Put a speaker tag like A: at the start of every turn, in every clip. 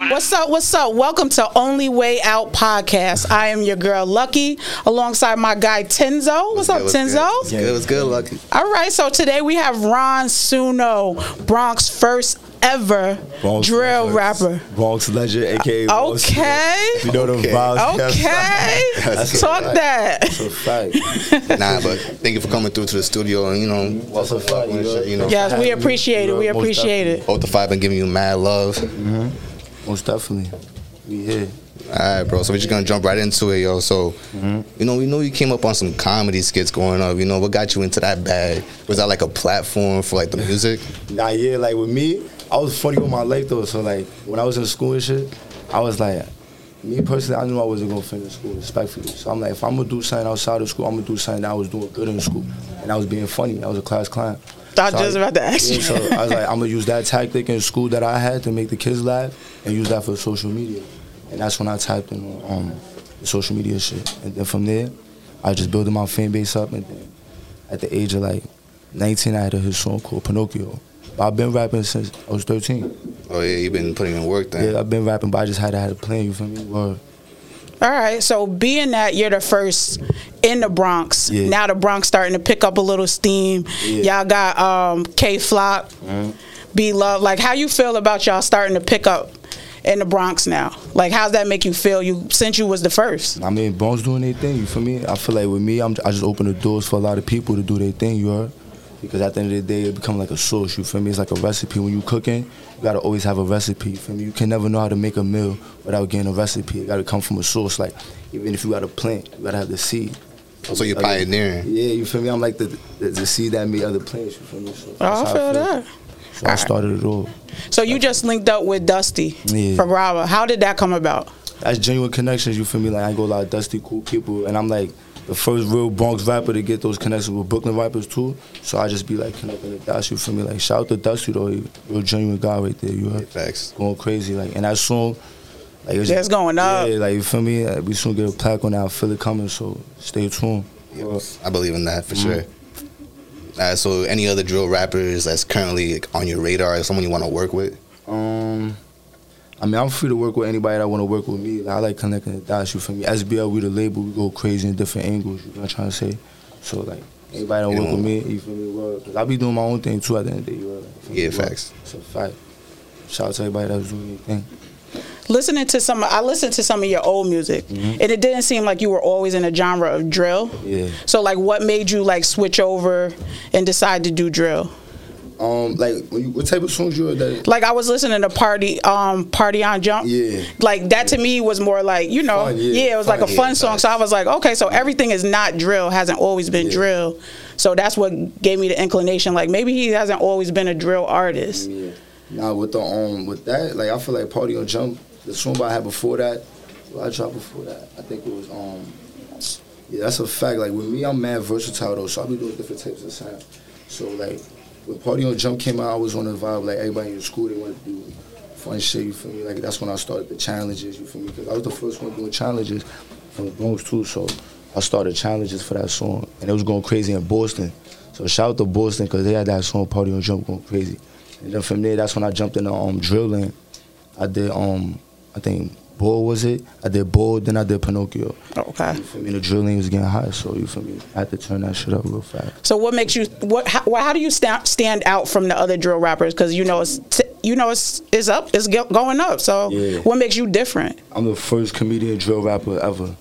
A: What's up? What's up? Welcome to Only Way Out podcast. I am your girl Lucky, alongside my guy Tenzo. What's, up,
B: What's good,
A: Tenzo?
B: What's good? What's good? Lucky.
A: All right, so today we have Ron Suno, Bronx first ever drill rapper.
C: Bronx Ledger, aka Will Smith.
A: Okay.
C: You know them
B: Okay.
C: vibes.
A: Okay,
B: That's a
A: talk
B: fact.
A: that.
C: That's a fact.
B: Nah, but thank you for coming through to the studio and you know, what's up, fuck with shit, you know.
A: Yes, we appreciate it. We
C: Most
A: appreciate it.
B: Both the five been giving you mad love.
C: Most definitely. We here.
B: All right, bro. So we're just gonna jump right into it, yo. So, you know, we know you came up on some comedy skits growing up. You know, what got you into that bag? Was that like a platform for like the music?
C: Nah, yeah, like with me, I was funny with my life though. So like when I was in school and shit, I was like, me personally, I knew I wasn't gonna finish school respectfully. So I'm like, if I'm gonna do something outside of school, I'm gonna do something that I was doing good in school, and I was being funny. I was a class clown.
A: Thought just about to ask
C: yeah,
A: you.
C: So I was like, I'm gonna use that tactic in school that I had to make the kids laugh, and use that for social media. And that's when I typed in on um, the social media shit. And then from there, I just building my fan base up. And then at the age of like 19, I had a hit song called Pinocchio. But I've been rapping since I was 13.
B: Oh yeah, you've been putting in work then.
C: Yeah, I've been rapping, but I just had to have a plan. You feel me? Word.
A: All right. So being that you're the first in the Bronx,
C: Yeah.
A: now the Bronx starting to pick up a little steam.
C: Yeah. Mm-hmm.
A: Y'all got um, K Flop, B Love. Like, how you feel about y'all starting to pick up in the Bronx now? Like, how's that make you feel? You since you was the first.
C: I mean, Bones doing their thing. You feel me? I feel like with me, I'm, I just open the doors for a lot of people to do their thing. You heard? Because at the end of the day, it become like a sauce. You feel me? It's like a recipe. When you cooking, you gotta always have a recipe. You feel me? You can never know how to make a meal without getting a recipe. It gotta come from a source. Like even if you got a plant, you gotta have the seed.
B: So you're pioneering.
C: Yeah, you feel me? I'm like the the, the seed that made other plants. You feel me? So
A: Oh,
C: that's
A: I
C: how
A: feel that.
C: So I started it all.
A: So you just linked up with Dusty
C: Yeah.
A: from Rava. How did that come about?
C: that's genuine connections. You feel me? Like I go a lot of dusty, cool people, and I'm like the first real Bronx rapper to get those connections with Brooklyn rappers too. So I just be like connecting the dots. You feel me? Like shout out to Dusty though, he real genuine guy right there. You heard?
B: Facts.
C: Going crazy like, and that song, like it's
A: Just going up.
C: Yeah, like you feel me? Like, we soon get a plaque on that. I feel it coming, so stay tuned.
B: I believe in that for sure. Uh, so any other drill rappers that's currently like, on your radar, or someone you want to work with?
C: Um, I mean, I'm free to work with anybody that want to work with me. Like, I like connecting the dots. You feel me? SBL, we the label, we go crazy in different angles. You know what I'm trying to say? So like, anybody that
B: You
C: work
B: know.
C: with me, you feel me? Well, 'cause I be doing my own thing too at the end of the day. You know, like, you feel
B: Yeah,
C: me? Well,
B: facts.
C: It's a fact. Shout out to everybody that's doing their thing.
A: Listening to some, I listened to some of your old music, and it didn't seem like you were always in a genre of drill.
C: Mm-hmm. Yeah.
A: So like, what made you like switch over and decide to do drill?
C: Um, like, when you, what type of songs you heard that?
A: Like I was listening to party, um, party on jump.
C: Yeah.
A: Like that to me was more like you know,
C: Fun,
A: yeah.
C: yeah.
A: it was
C: Fun,
A: like a
C: yeah,
A: fun song. So I was like, okay, so everything is not drill. Hasn't always been
C: Yeah.
A: drill. So that's what gave me the inclination. Like maybe he hasn't always been a drill artist.
C: Yeah. Nah, with the um, with that, like I feel like Party on Jump, the song I had before that, what I dropped before that, I think it was um, yeah, that's a fact. Like with me, I'm mad versatile though, so I be doing different types of sound. So like when Party on Jump came out, I was on the vibe like everybody in school they wanted to do fun shit. You feel me? Like that's when I started the challenges. You feel me? 'Cause I was the first one doing challenges from the Bronx too, so I started challenges for that song, and it was going crazy in Boston. So shout out to Boston because they had that song Party on Jump going crazy. And then from there, that's when I jumped into um drilling. I did um I think Bull was it? I did Bull, then I did Pinocchio.
A: Okay.
C: You feel me? The drilling was getting hot, so you feel me? I had to turn that shit up real fast.
A: So what makes you what? How, well, how do you stand stand out from the other drill rappers? Because you know it's t- you know it's it's up, it's go- going up. So
C: Yeah.
A: what makes you different?
C: I'm the first comedian drill rapper ever.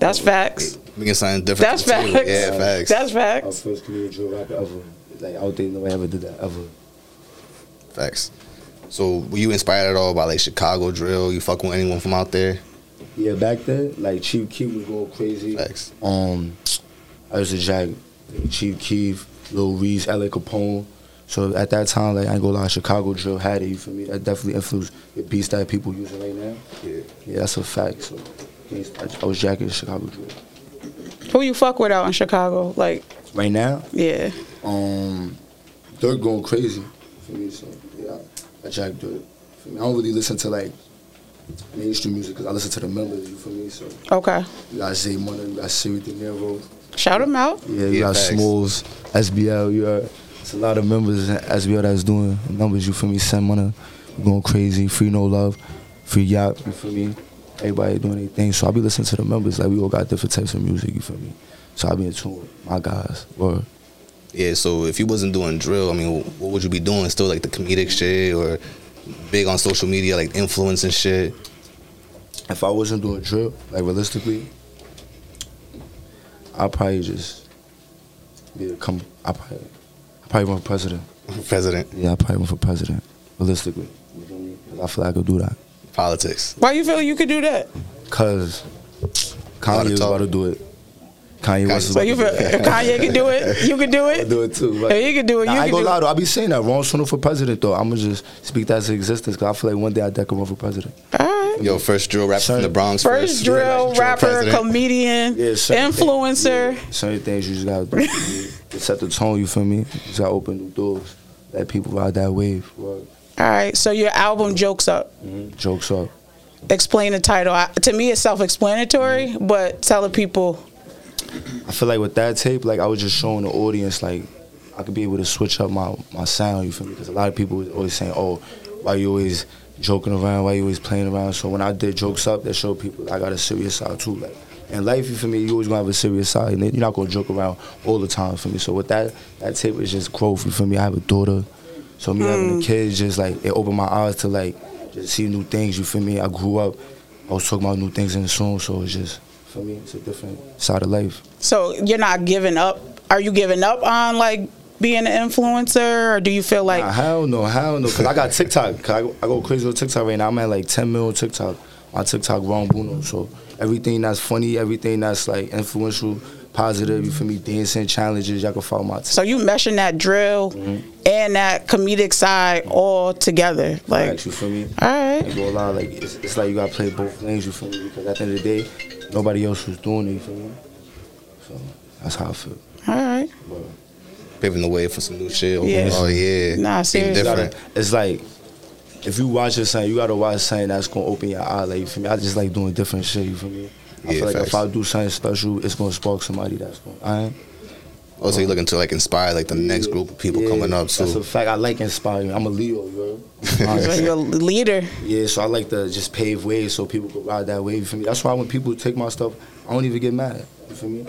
A: That's facts.
B: We get something different.
A: That's
B: to the
A: facts.
B: table. Yeah, facts.
A: That's
C: I'm the
A: facts.
C: first comedian drill rapper ever. Like out there, nobody ever did that ever.
B: Facts. So were you inspired at all by like Chicago drill? You fucking with anyone from out there?
C: Yeah, back then, like Chief Keef was going crazy.
B: Facts.
C: Um, I used to jack Chief Keef, Lil Reese, LA Capone. So at that time, like I ain't gonna lie, Chicago drill had it. You feel me? That definitely influenced the beats that people using right now.
B: Yeah.
C: Yeah, that's a fact. So I- I was jacking Chicago drill.
A: Who you fuck with out in Chicago? Like
C: Right now,
A: yeah.
C: um, Dirk going crazy for me. So yeah, I jack Dirk. For me, I don't really listen to like mainstream music because I listen to the members. You feel me? So
A: Okay.
C: you got Zay Money, you got Siri De Niro,
A: Shout him out.
C: yeah, you
B: Yeah,
C: got
B: facts.
C: Smalls, SBL. You got it's a lot of members in SBL that's doing numbers. You feel me? Send Money, going crazy. Free no love, free yacht. You feel me? Everybody doing their thing. So I be listening to the members. Like we all got different types of music. You feel me? So I be in tune with my guys. Word.
B: Yeah, so if you wasn't doing drill, I mean, wh- what would you be doing? Still like the comedic shit or big on social media, like influence and shit?
C: if I wasn't doing drip, like realistically, I'd probably just be a come. I probably, I probably run for president.
B: President,
C: Yeah, I probably run for president. Realistically, You feel me? 'Cause I feel like I could do that.
B: politics.
A: Why you feel you could do that?
C: Cause
B: Lot
C: Kanye
B: of
C: was about
B: talk.
C: to do it. Kanye West is
A: So
C: about
A: you
C: to
A: feel
C: do it.
A: if Kanye can do it, you can do
C: I'll
A: it.
C: do it too. but-
A: If you could do it,
C: Nah,
A: you
C: I
A: can
C: ain't gonna
A: do
C: lie
A: it.
C: though. I be saying that Ron Sunu for president though. I'ma just speak that to existence. Cause I feel like one day I deck him up for president.
A: All right.
B: Yo, first drill rapper
C: Sir.
B: from the Bronx.
A: First drill rapper,
B: president.
A: comedian,
C: Yeah, certain things-
A: influencer.
C: yeah, certain things you just gotta do. you know, set the tone. You feel me? You just gotta open new doors. Let people ride that wave. Word.
A: All right. So your album jokes up.
C: Jokes up.
A: Explain the title. I, to me, it's self-explanatory, but telling people
C: I feel like with that tape, like I was just showing the audience, like I could be able to switch up my, my sound. You feel me? Because a lot of people was always saying, "Oh, why you always joking around? Why you always playing around?" So when I did jokes up, that showed people I got a serious side too. Like in life, you feel me? You always gonna have a serious side, and you're not gonna joke around all the time for me. So with that, that tape is just growth. You feel me? I have a daughter, so me having a kid is just like it opened my eyes to like just see new things. You feel me? I grew up. I was talking about new things in the song, so it's just for me, it's a different side of life.
A: So you're not giving up. Are you giving up on like being an influencer, or do you feel like
C: Nah, hell no, hell no. Cause I got TikTok. 'Cause I, go- I go crazy with TikTok right now. I'm at like 10 mil on TikTok. My TikTok wrong Bruno. So everything that's funny, everything that's like influential, positive. You feel me? Dancing challenges. Y'all can follow my. TikTok.
A: so you meshing that drill
C: Mm-hmm.
A: and that comedic side all together? Like,
C: Facts, you feel me?
A: all right,
C: Ain't gonna lie, like it's, it's like you gotta play both lanes. You feel me? Because at the end of the day, nobody else was doing it. You feel me? So that's how I feel.
A: all right.
B: Paving the way for some new shit.
A: Yeah.
B: Oh, yeah.
A: Nah,
B: Being
A: seriously.
B: different.
C: gotta- it's like if you watch it, something, you gotta watch something that's gonna open your eye. Like you feel me? I just like doing different shit. You feel me? I
B: Yeah,
C: feel like
B: facts.
C: if I do something special, it's gonna spark somebody that's going. I
B: Also, you're looking to like inspire like the next group of people coming up
C: That's a
B: too.
C: fact. I like inspiring. I'm a Leo, yo.
A: So you're a leader.
C: yeah, so I like to just pave ways so people can ride that wave. You feel me? That's why when people take my stuff, I don't even get mad. You feel me?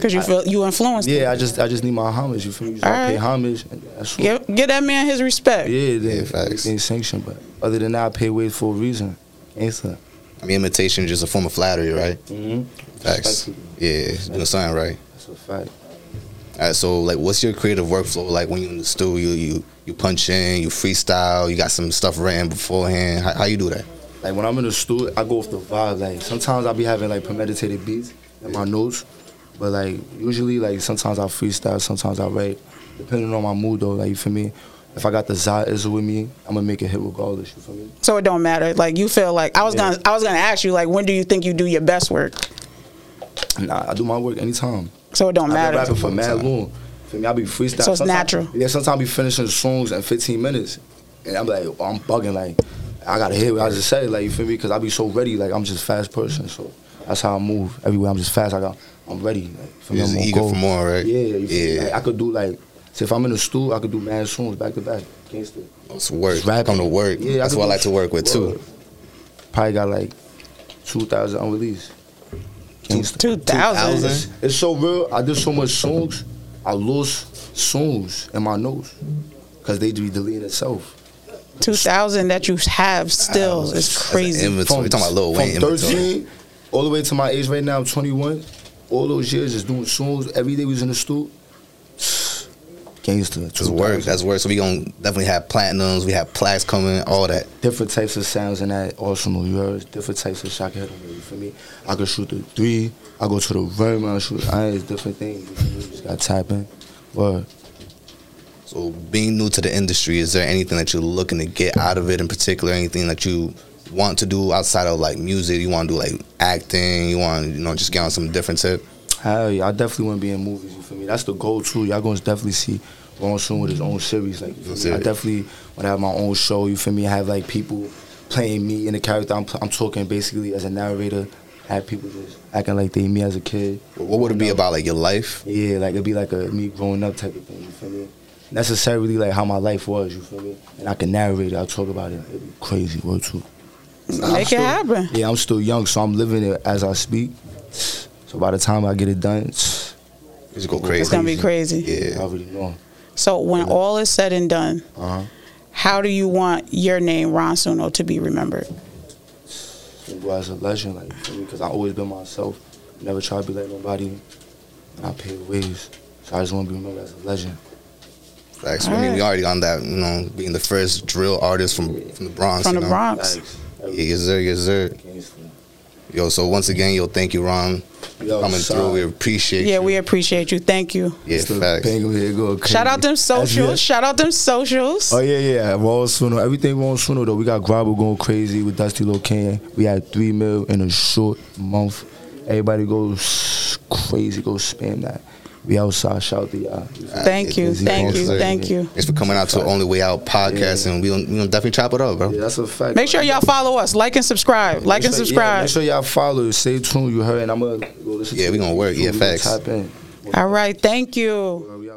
A: Cause you feel you influenced.
C: Yeah, I just I just need my homage. You feel me? You just gotta
A: All right.
C: pay homage. And that's what,
A: Give, give that man his respect.
C: Yeah,
B: Yeah,
C: then
B: facts.
C: everything's sanctioned. But other than that, I pay ways for a reason. Answer.
B: I mean, imitation is just a form of flattery, right?
C: Mm-hmm.
B: Facts. Yeah, doing something right.
C: That's a fact.
B: All right, Uh, so like, what's your creative workflow like when you in the studio? You you, you punch in, you freestyle, you got some stuff written beforehand. How, how you do that?
C: Like when I'm in the studio, I go off the vibe. Like sometimes I be having like premeditated beats in my notes, but like usually like sometimes I freestyle, sometimes I write, depending on my mood though. Like you feel me? If I got the Zod is with me, I'm gonna make a hit regardless. You feel me?
A: So it don't matter. Like you feel like I was
C: Yeah.
A: gonna I was gonna ask you like when do you think you do your best work?
C: Nah, I do my work anytime.
A: So it don't
C: I've been
A: matter.
C: rapping for mad
B: Time.
C: long. Feel me? I be freestyling.
A: So it's
C: Sometime-
A: natural.
C: Yeah, sometimes I be finishing songs in 15 minutes, and I'm like, oh, I'm bugging. Like, I gotta hit what I just said. Like, you feel me? Because I be so ready. Like, I'm just fast person. So that's how I move everywhere. I'm just fast. I got, I'm ready. Like, feel me?
B: You're
C: I'm
B: just
C: on
B: eager
C: go.
B: for more, right?
C: Yeah, you feel me?
B: Yeah.
C: Like, I could do like, so if I'm in the stool, I could do mad songs back to back. Gangster.
B: Oh, It's work.
C: Just rapping.
B: Come to work.
C: Yeah, I
B: That's
C: could
B: what I
C: do
B: like to work with too.
C: work. Probably got like 2,000 unreleased. Gangsta.
A: Two thousand.
C: It's, it's so real. I did so much songs, I lost songs in my notes because they be deleting itself.
A: Two thousand that you have still is
B: That's an
A: crazy.
B: Inventory. We're talking about Lil Wayne.
C: From
B: Inventory.
C: 13 all the way to my age right now, I'm 21. All those years just doing songs. Every day we was in the stool. Gangster.
B: That's work. That's work. So we gonna definitely have platinums. We have plaques coming. All that.
C: different types of sounds in that arsenal. You heard different types of shot I can hit 'em with, You feel me? I can shoot the three. I go to the rim. I shoot. I it's different things. You feel me? Just got tap in. Word.
B: So being new to the industry, is there anything that you're looking to get out of it in particular? Anything that you want to do outside of like music? You want to do like acting? You want to you know just get on some different tip?
C: Hell yeah, I definitely want to be in movies. You feel me? That's the goal too. Y'all gonna definitely see Ron soon with his own series. Like, you feel me? I
B: Serious.
C: definitely want to have my own show. You feel me? Have like people playing me in the character. I'm, I'm talking basically as a narrator. Have people just acting like they me as a kid.
B: What would it be about like your life?
C: Yeah, like it'd be like a me growing up type of thing. You feel me? necessarily like how my life was. You feel me? And I can narrate it. I talk about it. It'd be crazy. Word too. I'm
A: Make it
C: still-
A: happen.
C: Yeah, I'm still young, so I'm living it as I speak. So by the time I get it done, it's
B: It's go crazy.
A: It's gonna be crazy.
C: I
B: Yeah.
C: already know.
A: So when all is said and done,
C: Uh huh.
A: how do you want your name, Ron Suno, to be remembered?
C: As a legend, like because I always been myself. Never try to be like nobody. And I pay ways, so I just want to be remembered as a legend.
B: Facts. I mean, we already on that. You know, being the first drill artist from from the Bronx.
A: From
B: you
A: the
B: know?
A: Bronx.
B: Yeah, yes sir, yes sir.
C: Gangster.
B: Yo, so once again, yo, thank you, Ron,
C: Yo,
B: coming
C: son.
B: through. We appreciate.
A: Yeah,
B: you.
A: we appreciate you. Thank you.
B: Yeah,
C: Still
B: facts.
C: bang over here, go crazy.
A: Shout out them socials.
C: SBS.
A: Shout out them socials.
C: Oh yeah, yeah. Raw Suno. Everything Raw Suno though. We got Grabo going crazy with Dusty Lil Kane. We had three mil in a short month. Everybody goes crazy. Go spam that. We outside. Shout to y'all.
A: Thank you.
C: Busy
A: Thank you.
B: concert.
A: Thank you.
B: Thanks for coming out to Only Way Out podcast, and we gonna, we gonna definitely chop it up, bro.
C: Yeah, that's a fact.
A: Make sure y'all follow us. Like and subscribe. Like
C: Make
A: and
C: sure- yeah,
A: subscribe.
C: make sure y'all follow. Stay tuned. You heard, and I'm gonna go listen.
B: Yeah,
C: to
B: we
C: it.
B: gonna work. Yeah,
C: We gonna
B: facts.
C: Tap in.
A: All right. Thank you.
C: We